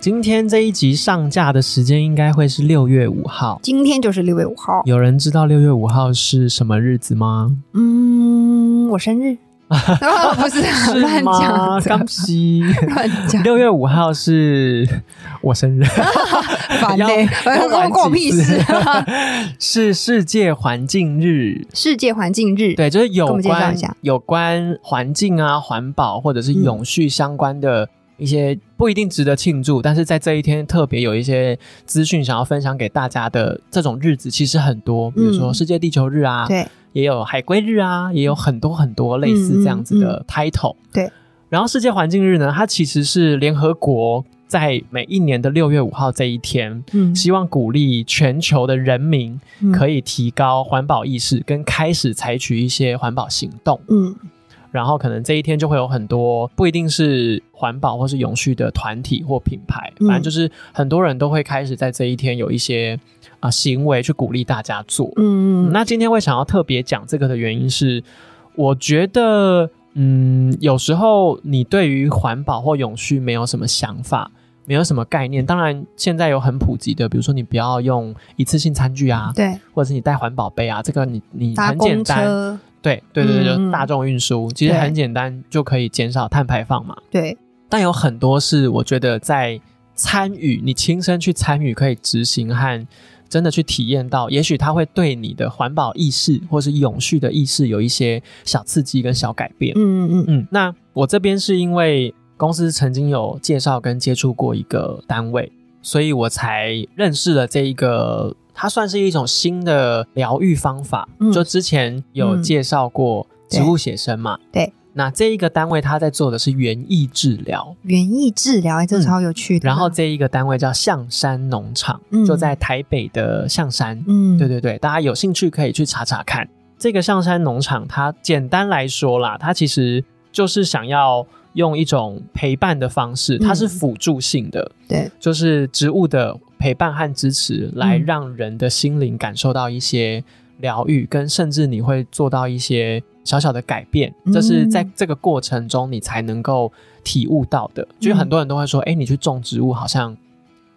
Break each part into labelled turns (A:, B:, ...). A: 今天这一集上架的时间应该会是六月五号。
B: 今天就是六月五号，
A: 有人知道六月五号是什么日子吗？
B: 嗯，我生 日，哦、不是啊 乱讲
A: 吗？
B: 的，
A: 刚西。
B: 乱 讲，
A: 六月五号是我生日，
B: 烦呢、
A: 要
B: 欸，
A: 要
B: 关
A: 玩
B: 我
A: 几
B: 屁
A: 次
B: 事。
A: 是世界环境日。
B: 世界环境日，
A: 对，就是有
B: 跟我们介绍
A: 关
B: 一下
A: 有关环境啊、环保或者是
B: 嗯
A: 永续相关的一些不一定值得庆祝，但是在这一天特别有一些资讯想要分享给大家的这种日子，其实很多，比如说
B: 嗯
A: 世界地球日啊，
B: 对
A: 也有海龟日啊，也有很多很多类似这样子的 title。
B: 嗯对，
A: 然后世界环境日呢，它其实是联合国在每一年的六月五号这一天，
B: 嗯
A: 希望鼓励全球的人民可
B: 以，
A: 以提高环保意识，跟开始采取一些环保行动。
B: 嗯
A: 然后可能这一天就会有很多不一定是环保或是永续的团体或品牌，
B: 嗯
A: 反正就是很多人都会开始在这一天有一些啊、行为去鼓励大家做。
B: 嗯嗯，
A: 那今天会想要特别讲这个的原因是，我觉得，嗯，有时候你对于环保或永续没有什么想法，没有什么概念。当然，现在有很普及的，比如说你不要用一次性餐具啊，
B: 对，
A: 或者是你带环保杯啊，这个你你
B: 搭
A: 很简
B: 公
A: 单，
B: 车，
A: 对对对对，
B: 嗯
A: 就是大众运输其实
B: 对
A: 很简单就可以减少碳排放嘛。
B: 对，
A: 但有很多是我觉得在参与，你亲身去参与可以执行和真的去体验到，也许它会对你的环保意识或是永续的意识有一些小刺激跟小改变。
B: 嗯嗯嗯，
A: 嗯，那我这边是因为公司曾经有介绍跟接触过一个单位，所以我才认识了这一个，它算是一种新的疗愈方法。
B: 嗯
A: 就之前有介绍过植物写生嘛，
B: 嗯对对
A: 那这一个单位它在做的是园艺治疗，
B: 园艺治疗，哎这
A: 嗯
B: 超有趣的。
A: 然后，这一个单位叫象山农场，
B: 嗯
A: 就在台北的象山。
B: 嗯，
A: 对，对对，大家有兴趣可以去查查看。这个象山农场，它简单来说啦，它其实就是想要用一种陪伴的方式，它是辅助性的，
B: 嗯对，
A: 就是植物的陪伴和支持，来
B: 嗯
A: 让人的心灵感受到一些疗愈，跟甚至你会做到一些小小的改变，这是在
B: 嗯
A: 这个过程中你才能够体悟到的。就是很多人都会说，哎，你去种植物，好像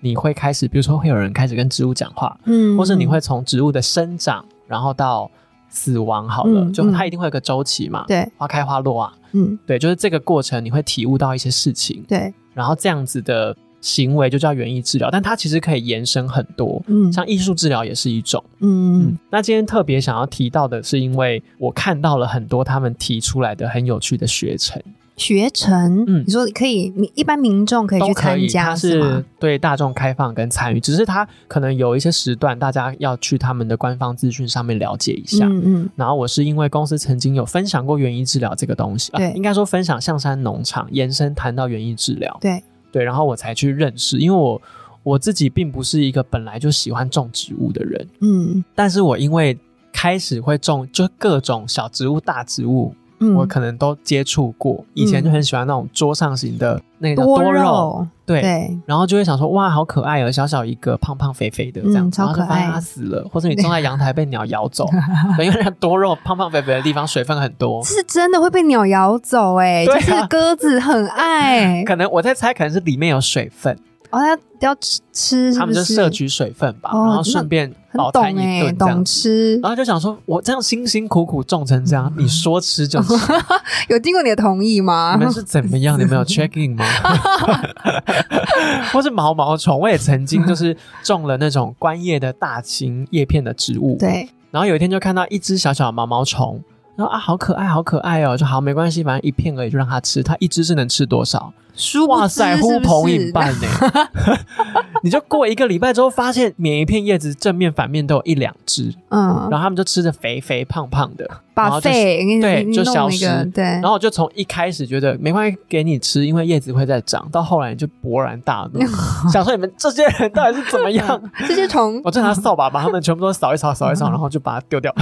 A: 你会开始，比如说会有人开始跟植物讲话，
B: 嗯，
A: 或是你会从植物的生长，然后到死亡好了，
B: 嗯
A: 就它
B: 嗯
A: 一定会有个周期嘛，
B: 对，
A: 花开花落啊，
B: 嗯
A: 对，就是这个过程你会体悟到一些事情，
B: 对，
A: 然后这样子的行为就叫园艺治疗，但它其实可以延伸很多，
B: 嗯，
A: 像艺术治疗也是一种。
B: 嗯
A: 嗯，那今天特别想要提到的是，因为我看到了很多他们提出来的很有趣的学程，
B: 学程，
A: 嗯
B: 你说可以，民一般民众可以
A: 都
B: 去
A: 可
B: 参
A: 以，
B: 加
A: 它
B: 吗
A: 是？对大众开放跟参与，只是它可能有一些时段，大家要去他们的官方资讯上面了解一下。
B: 嗯嗯，
A: 然后我是因为公司曾经有分享过园艺治疗这个东西，啊
B: 对
A: 应该说分享象山农场延伸谈到园艺治疗，
B: 对
A: 对，然后我才去认识，因为我我自己并不是一个本来就喜欢种植物的人，
B: 嗯
A: 但是我因为开始会种，就各种小植物、大植物，
B: 嗯，
A: 我可能都接触过，以前就很喜欢那种桌上型的那个叫
B: 多
A: 肉，
B: 肉，
A: 对。
B: 对，
A: 然后就会想说，哇，好可爱哦，小小一个，胖胖肥肥的这样
B: 嗯
A: 子，然后就
B: 超可
A: 发现
B: 爱
A: 它死了，或者你种在阳台被鸟咬 走，对因为那多肉胖胖肥肥的地方水分很多，
B: 是真的会被鸟咬走哎，
A: 对
B: 就
A: 啊
B: 是鸽子很 爱，
A: 可能我在猜，可能是里面有水分，
B: 哦，它要吃吃，是
A: 他
B: 不
A: 们就是摄取水分吧，
B: 哦
A: 然后顺便
B: 很
A: 饱餐
B: 懂
A: 一
B: 哎，
A: 顿这样
B: 懂吃，
A: 子。啊然后就想说，我这样辛辛苦苦种成这样， 你说吃就吃，
B: 有经过你的同意吗
A: 你？们是怎么 样？你们有 check in 吗？ 或是毛毛虫，我也曾经就是种了那种观叶的大型叶片的植物，
B: 对，
A: 然后有一天就看到一只小小的毛毛虫，然后啊好可爱，好可爱哦，就好没关系，反正一片而已，就让它吃。它一只是能吃多少？
B: 殊不
A: 哇
B: 知
A: 塞，
B: 是不
A: 呼
B: 是
A: 朋引伴呢、 你就过一个礼拜之后，发现每一片叶子正面反面都有一两只，
B: 嗯，
A: 然后他们就吃的肥肥胖胖的，然
B: 把
A: 后就
B: 肺给
A: 对
B: 你
A: 就
B: 弄
A: 消
B: 一个
A: 失
B: 对，
A: 然后我就从一开始觉得没关系，给你吃，因为叶子会再长，到后来就勃然 大怒，想说你们这些人到底是怎么样？
B: 这些虫
A: 我就拿扫把把他们全部都扫一扫，扫一 扫，然后就把它丢掉，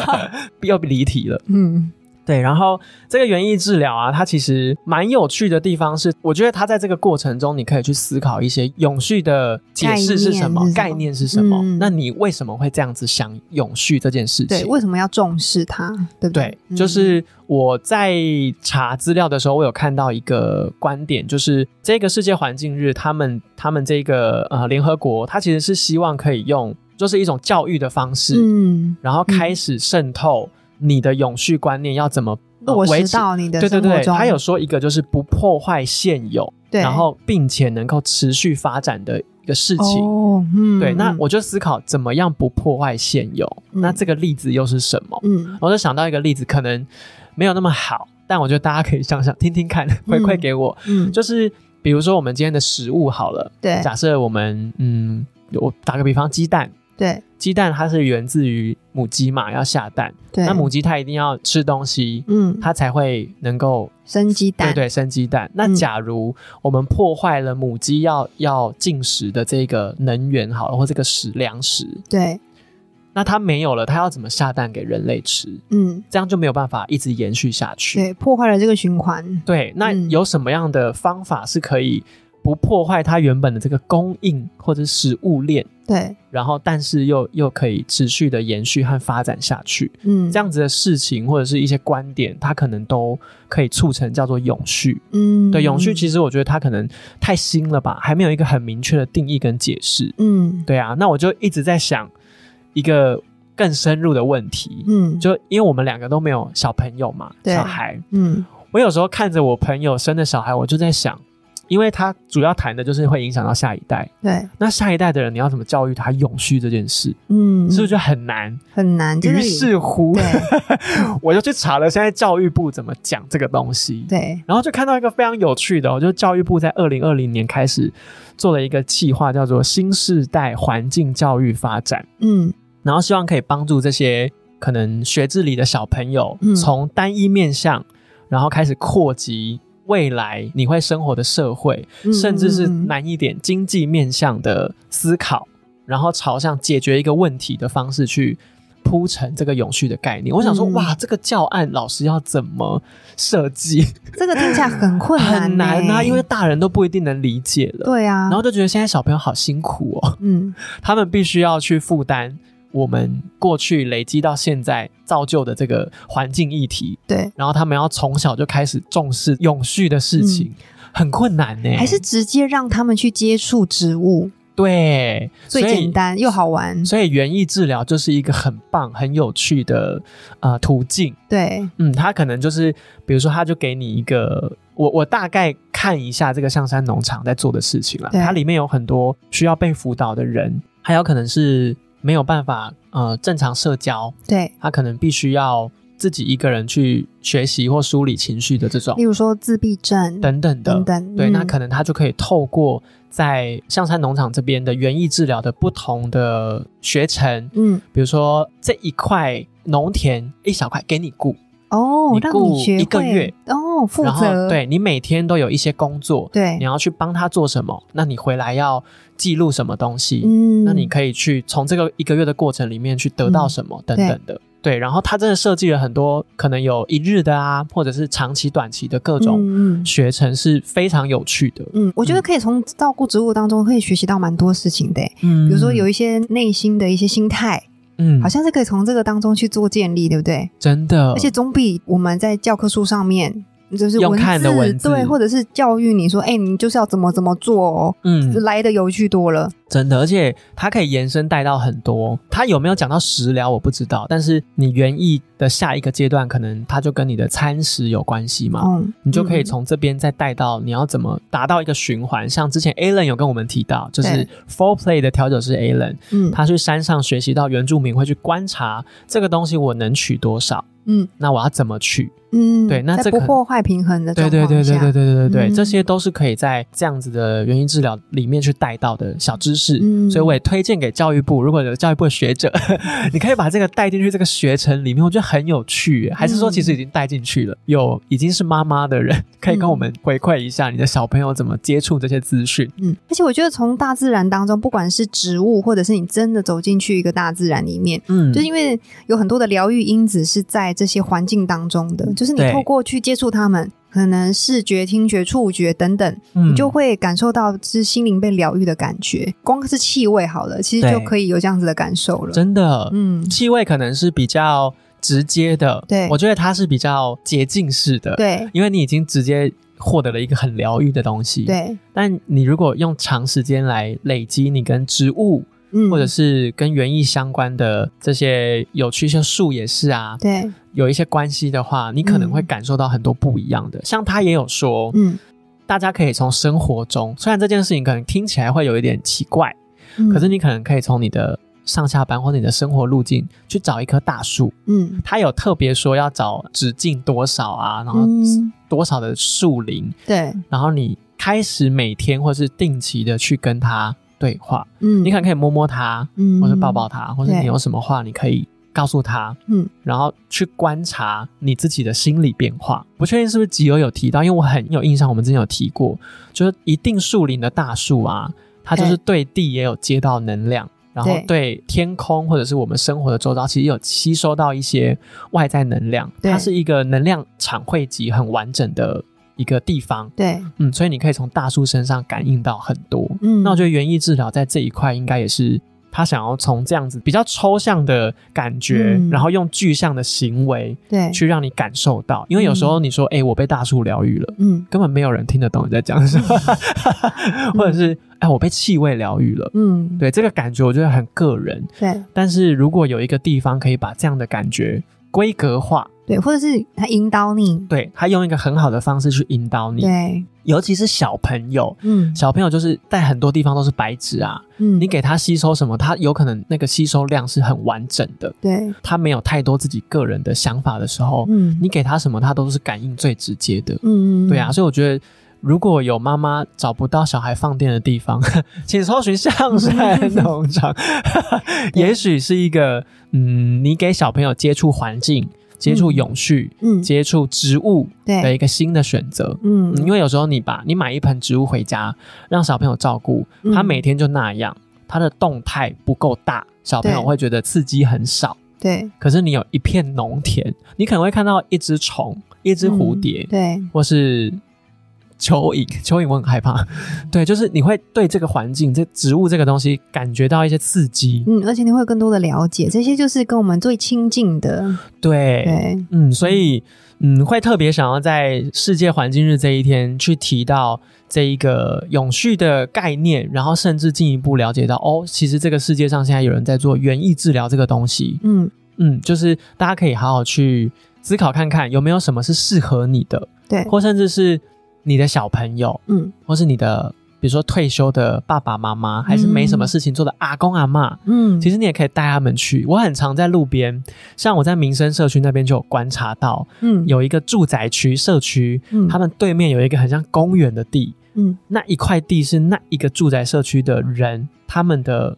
A: 又离题了。
B: 嗯
A: 对，然后这个园艺治疗啊，它其实蛮有趣的地方是，我觉得它在这个过程中，你可以去思考一些永续的解释是什么，
B: 概
A: 概
B: 念
A: 念是什么。
B: 嗯
A: 那你为什么会这样子想永续这件事情？
B: 对，为什么要重视它？对不
A: 对，
B: 嗯
A: 就是我在查资料的时候，我有看到一个观点，就是这个世界环境日，他们他们这个呃联合国，它其实是希望可以用就是一种教育的方式，
B: 嗯，
A: 然后开始渗透你的永续观念要怎么呃
B: 落
A: 维
B: 实
A: 持。
B: 到你的
A: 对对
B: 生活
A: 对，
B: 中，
A: 他有说一个就是不破坏现有，
B: 对，
A: 然后并且能够持续发展的一个事情。
B: 哦，嗯，
A: 对，那
B: 嗯
A: 我就思考怎么样不破坏现有，
B: 嗯
A: 那这个例子又是什么？
B: 嗯
A: 我就想到一个例子，可能没有那么好，但我觉得大家可以想想听听看，回馈给我。
B: 嗯，
A: 就是比如说我们今天的食物好了，
B: 对
A: 假设我们嗯，我打个比方，鸡蛋，
B: 对
A: 鸡蛋它是源自于母鸡嘛，要下蛋，
B: 对，
A: 那母鸡它一定要吃东西，
B: 嗯
A: 它才会能够
B: 生鸡蛋，
A: 对对生鸡蛋。那
B: 嗯
A: 假如我们破坏了母鸡要要进食的这个能源好了，或这个食粮食，
B: 对
A: 那它没有了，它要怎么下蛋给人类吃？
B: 嗯
A: 这样就没有办法一直延续下去。
B: 对，破坏了这个循环，
A: 对，那
B: 嗯
A: 有什么样的方法是可以不破坏它原本的这个供应或者食物链，
B: 对，
A: 然后但是又又可以持续的延续和发展下去？
B: 嗯，
A: 这样子的事情或者是一些观点，它可能都可以促成叫做永续。
B: 嗯，
A: 对，永续其
B: 实
A: 实我觉得它可能太新了吧，还没有一个很明确的定义跟解释。
B: 嗯
A: 对啊，那我就一直在想一个更深入的问题，
B: 嗯
A: 就因为我们两个都没有小朋友嘛，
B: 对
A: 小孩，
B: 嗯
A: 我有时候看着我朋友生的小孩，我就在想，因为他主要谈的就是会影响到下一代，
B: 对
A: 那下一代的人你要怎么教育他永续这件事，
B: 嗯，
A: 是不是就很难？
B: 很难？真
A: 于
B: 的
A: 是乎，
B: 对
A: 我就去查了现在教育部怎么讲这个东西。
B: 对
A: 然后就看到一个非常有趣的、哦，就是教育部在二零二零年开始做了一个计划，叫做“新世代环境教育发展”。
B: 嗯
A: 然后希望可以帮助这些可能学制里的小朋友
B: 嗯，
A: 从单一面向，然后开始扩及未来你会生活的社会，
B: 嗯
A: 甚至是
B: 嗯嗯
A: 难一点经济面向的思考，然后朝向解决一个问题的方式去。铺成这个永续的概念，我想说，
B: 嗯
A: 哇，这个教案老师要怎么设计，
B: 这个听起来很困难，欸
A: 很难啊，因为大人都不一定能理解了。
B: 对啊，
A: 然后就觉得现在小朋友好辛苦哦。
B: 嗯
A: 他们必须要去负担我们过去累积到现在造就的这个环境议题，
B: 对。
A: 然后他们要从小就开始重视永续的事情，很困难呢、
B: 嗯
A: 欸
B: 还是直接让他们去接触植物，
A: 对，
B: 最简。单又好玩。
A: 所以园艺治疗就是一个很棒、很有趣的呃途径。
B: 对，
A: 嗯，他可能就是，比如说，他就给你一个，我我大概看一下这个象山农场在做的事情了。
B: 对
A: 它里面有很多需要被辅导的人，还有可能是没有办法呃正常社交，
B: 对，
A: 他可能必须要自己一个人去学习或梳理情绪的这种
B: 例如说自闭症
A: 等等的。
B: 等等，
A: 对，
B: 嗯
A: 那可能他就可以透过在象山农场这边的园艺治疗的不同的学程，
B: 嗯
A: 比如说这一块农田一小块给你雇，
B: 哦，
A: 你
B: 让
A: 雇
B: 你学会
A: 一个月
B: 哦，负
A: 然后
B: 责
A: 对你每天都有一些工作，
B: 对
A: 你要去帮他做什么，那你回来要记录什么东西，
B: 嗯，
A: 那你可以去从这个一个月的过程里面去得到什么、等等的。对，然后他真的设计了很多可能有一日的啊，或者是长期、短期的各种
B: 嗯嗯
A: 学程是非常有趣的。
B: 嗯，我觉得
A: 嗯
B: 可以从照顾植物当中可以学习到蛮多事情的，欸
A: 嗯
B: 比如说有一些内心的一些心态，
A: 嗯
B: 好像是可以从这个当中去做建立，对不对？
A: 真的，
B: 而且总比我们在教科书上面。就是
A: 用
B: 文字
A: 看的文字
B: 对，或者是教育你说，哎、你就是要怎么怎么做哦，
A: 嗯，
B: 来的有趣多了。
A: 真的，而且它可以延伸带到很多。它有没有讲到食疗我不知道，但是你园艺的下一个阶段，可能它就跟你的餐食有关系嘛。
B: 嗯，
A: 你就可以
B: 嗯
A: 从这边再带到你要怎么达到一个循环。像之前 Alan 有跟我们提到，就是
B: 对
A: Four Play 的调酒师 Alan，
B: 嗯
A: 他去山上学习到原住民会去观察这个东西我能取多少，
B: 嗯
A: 那我要怎么去？
B: 嗯，
A: 对那
B: 在
A: 这
B: 不
A: 可能
B: 破坏平衡的状
A: 对对
B: 况
A: 对对
B: 下
A: 对对对对对，
B: 嗯
A: 这些都是可以在这样子的原因治疗里面去带到的小知识。
B: 嗯
A: 所以我也推荐给教育部，如果有教育部 的学者，你可以把这个带进去这个学程里面，我觉得很有趣耶。还是说其实已经带进去了？有已经是妈妈的人，可以跟我们回馈一下你的小朋友怎么接触这些资讯。
B: 嗯，而且我觉得从大自然当中，不管是植物，或者是你真的走进去一个大自然里面，
A: 嗯
B: 就是因为有很多的疗愈因子是在这些环境当中的，就是你
A: 嗯对
B: 透过去接触它们，可能视觉、听觉、触觉等等，
A: 你
B: 你就会感受到是心灵被疗愈的感觉。光是气味好了，其实
A: 对
B: 就可以有这样子的感受了。
A: 真的，
B: 嗯，
A: 气味可能是比较直接的，
B: 对
A: 我觉得它是比较捷径式的，，
B: 对
A: 因为你已经直接获得了一个很疗愈的东西，。
B: 对，
A: 但你如果用长时间来累积你跟植物
B: 嗯，
A: 或者是跟园艺相关的这些有趣，像树也是啊，
B: 对，
A: 有一些关系的话，你可能会
B: 嗯
A: 感受到很多不一样的。像他也有说，
B: 嗯，
A: 大家可以从生活中，虽然这件事情可能听起来会有一点奇怪，
B: 嗯
A: 可是你可能可以从你的上下班或者你的生活路径去找一棵大树。
B: 嗯
A: 他有特别说要找直径多少啊，然后
B: 嗯，
A: 多少的树林，
B: 对，
A: 然后你开始每天或是定期的去跟它对话，
B: 嗯，
A: 你可能可以摸摸它，
B: 嗯，
A: 或是抱抱它，或是
B: 对
A: 你有什么话你可以告诉它，
B: 嗯，
A: 然后去观察你自己的心理变化。不确定是不是吉友有提到，因为我很有印象，我们之前有提过，就是一定树林的大树啊，它就是对地也有接到能量。然后对天空或者是我们生活的周遭，其实有吸收到一些外在能量，
B: 对
A: 它是一个能量场汇集很完整的一个地方。
B: 对，
A: 嗯，所以你可以从大树身上感应到很多。
B: 嗯，
A: 那我觉得园艺治疗在这一块应该也是他想要从这样子比较抽象的感觉，
B: 嗯
A: 然后用具象的行为
B: 对，
A: 去让你感受到。因为有时候你说，哎、我被大树疗愈了，
B: 嗯
A: 根本没有人听得懂你在讲什么， 或者是哎、我被气味疗愈了。
B: 嗯，
A: 对这个感觉，我觉得很个人。
B: 对
A: 但是如果有一个地方可以把这样的感觉规格化，
B: 对，或者是他引导你，
A: 对他用一个很好的方式去引导你，
B: 对，
A: 尤其是小朋友，
B: 嗯
A: 小朋友就是在很多地方都是白纸啊，
B: 嗯，
A: 你给他吸收什么，他有可能那个吸收量是很完整的，
B: 对，
A: 他没有太多自己个人的想法的时候，
B: 嗯，
A: 你给他什么，他都是感应最直接的。
B: 嗯，嗯
A: 对啊，，所以我觉得。如果有妈妈找不到小孩放电的地方， 请搜寻象山农 场，也许是一个嗯，你给小朋友接触环境、接触
B: 嗯哎
A: 永续、
B: 嗯，
A: 接触植物的
B: 对，
A: 一个新的选择。
B: 嗯
A: 嗯，因为有时候你把你买一盆植物回家，让小朋友照顾，
B: 嗯
A: 他每天就那样，他的动态不够大，小朋友
B: 对
A: 会觉得刺激很少。
B: 对
A: 可是你有一片农田，你可能会看到一只虫、一只蝴蝶，
B: 嗯对
A: 或是蚯蚓。蚯蚓我很害怕， 对，就是你会对这个环境、这植物这个东西感觉到一些刺激。
B: 嗯，而且你会更多的了解，这些就是跟我们最亲近的，
A: 对，
B: 对，
A: 嗯，所以嗯，会特别想要在世界环境日这一天去提到这一个永续的概念，然后甚至进一步了解到哦，其实这个世界上现在有人在做园艺治疗这个东西，
B: 嗯，
A: 嗯，就是大家可以好好去思考看看有没有什么是适合你的，
B: 对，
A: 或甚至是你的小朋友，
B: 嗯
A: 或是你的比如说退休的爸爸妈妈，还是没什么事情做的阿公阿嬷。
B: 嗯，
A: 其
B: 实
A: 实你也可以带他们去。我很常在路边，像我在民生社区那边就有观察到，
B: 嗯
A: 有一个住宅区社区，
B: 嗯
A: 他们对面有一个很像公园的地，
B: 嗯
A: 那一块地是那一个住宅社区的人他们的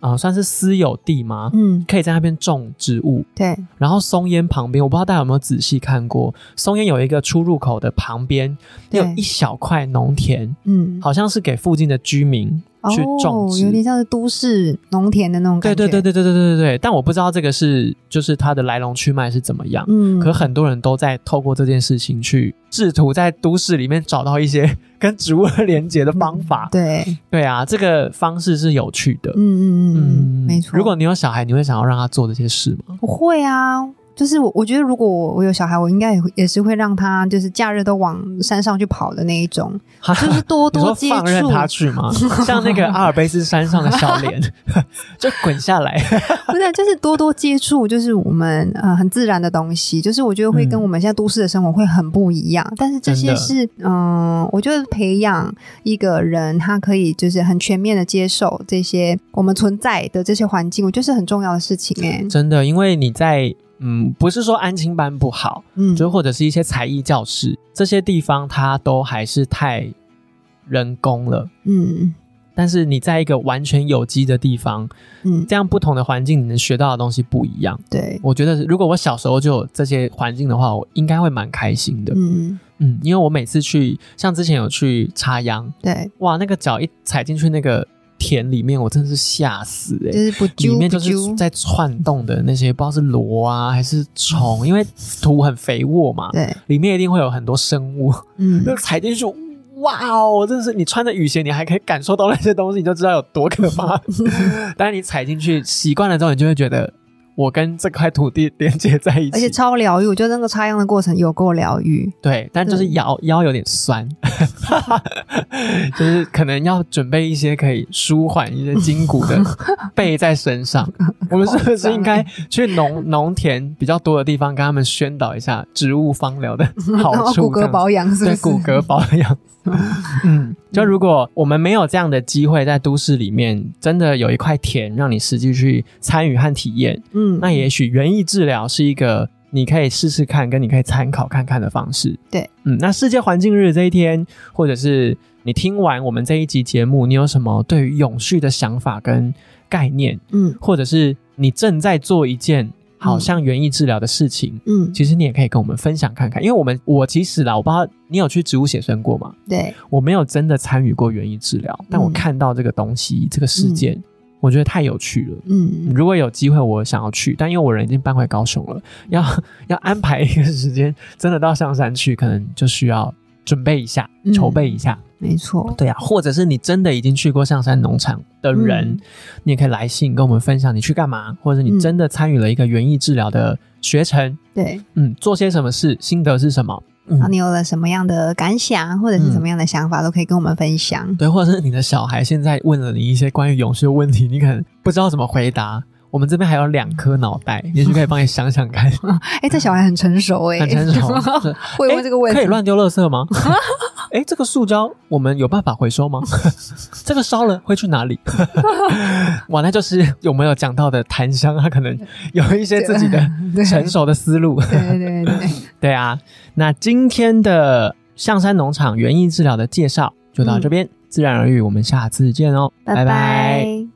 A: 啊、呃算是私有地吗？
B: 嗯，
A: 可以在那边种植物，
B: 对，
A: 然后松烟旁边，我不知道大家有没有仔细看过，松烟有一个出入口的旁边
B: 对
A: 有一小块农田，
B: 嗯，
A: 好像是给附近的居民去种
B: 哦，
A: 植。
B: 有点像是都市农田的那种感
A: 对
B: 觉，
A: 对对对对对对对对，但我不知道这个是就是它的来龙去脉是怎么样。
B: 嗯，
A: 可很多人都在透过这件事情去试图在都市里面找到一些跟植物连接的方法。
B: 嗯对，
A: 对啊，这个方式是有趣的
B: 嗯。嗯嗯嗯，没错，
A: 如果你有小孩，你会想要让他做这些事吗？
B: 我会啊，就是我我觉得如果我我有小孩，我应该也会也是会让他就是假日都往山上去跑的那一种， 就是多
A: 你
B: 多
A: 说
B: 接
A: 放任
B: 触，
A: 他 去吗？像那个阿尔卑斯山上的笑脸，就滚 下来。
B: 不是就是多多接触，就是我们呃很自然的东西，就是我觉得会跟
A: 嗯
B: 我们现在都市的生活会很不一样，但是这
A: 真
B: 些
A: 的
B: 是嗯、我觉得培养一个人他可以就是很全面的接受这些我们存在的这些环境，我觉得是很重要的事情哎、
A: 真的，因为你在嗯，不是说安亲班不好，
B: 嗯，
A: 就或者是一些才艺教室这些地方，它都还是太人工了。
B: 嗯
A: 但是你在一个完全有机的地方，
B: 嗯，
A: 这样不同的环境，你能学到的东西不一样。
B: 对，
A: 我觉得如果我小时候就有这些环境的话，我应该会蛮开心的。
B: 嗯
A: 嗯，因为我每次去，像之前有去插秧，
B: 对，
A: 哇，那个脚一踩进去那个田里面，我真的是吓死哎、
B: 就是不
A: 里
B: 揪
A: 面
B: 不
A: 就是
B: 揪，
A: 在窜动的那些，不知道是螺啊还是虫，因为土很肥沃嘛，
B: 对，
A: 里面一定会有很多生物。
B: 嗯
A: 那踩进去，哇哦，真的是你穿着雨鞋，你还可以感受到那些东西，你就知道有多可 怕。但是你踩进去习惯了之后，你就会觉得我跟这块土地连接在一
B: 而且
A: 起。
B: 超疗愈，我觉得那个插秧的过程有够疗愈，
A: 对，但就是
B: 对
A: 腰腰有点酸， 就是可能要准备一些可以舒缓一些筋骨 的背在身上。我们是不是应该去农农田比较多的地方，跟他们宣导一下植物芳疗的 好
B: 然后
A: 处？
B: 骨
A: 这
B: 骼
A: 样子
B: 保养是不
A: 对
B: 是？
A: 骨骼保养。嗯， 就如果我们没有这样的机会在都市里面，真的有一块田让你实际去参与和体验，
B: 嗯，
A: 那也许园艺治疗是一个你可以试试看，跟你可以参考看看的方式。
B: 对，
A: 嗯，那世界环境日这一天，或者是你听完我们这一集节目，你有什么对于永续的想法跟概念，
B: 嗯
A: 或者是你正在做一件好像园艺治疗的事情，
B: 嗯，
A: 其实你也可以跟我们分享看看，因为我们我其实啦，我不知道你有去植物写生过吗？
B: 对，
A: 我没有真的参与过园艺治
B: 嗯
A: 疗，但我看到这个东西、这个事件，我觉得太有趣了。
B: 嗯
A: 如果有机会，我想要去，但因为我人已经搬回高雄了， 要要安排一个时间，真的到象山去，可能就需要准备一下、
B: 嗯
A: 筹备一下。
B: 没错，
A: 对啊，或者是你真的已经去过象山农场的人，
B: 嗯
A: 你也可以来信跟我们分享你去干嘛，或者你
B: 嗯
A: 真的参与了一个园艺治疗的学程，
B: 对，
A: 嗯，做些什么事，心得是什么？
B: 然后
A: 嗯，
B: 你有了什么样的感想，或者是什么样的想法，都可以跟我们分享。
A: 对，或者是你的小孩现在问了你一些关于永续的问题，你可能不知道怎么回答。我们这边还有两颗脑 袋，也许可以帮你想想看，
B: 哎，这小孩很成熟哎，
A: 嗯很成熟。是
B: 会问这个问
A: 诶
B: 题，
A: 可以乱丢垃圾 吗？哎，这个塑胶我们有办法回收吗？ 这个烧了会去哪 里？哇，那就是有没有讲到的檀香，它可能有一些自己的
B: 对
A: 成熟的思路。
B: 对对 对，
A: 对啊，那今天的象山嗯农场园艺治疗的介绍就到这边，自然而愈，我们下次见哦，拜
B: 拜拜。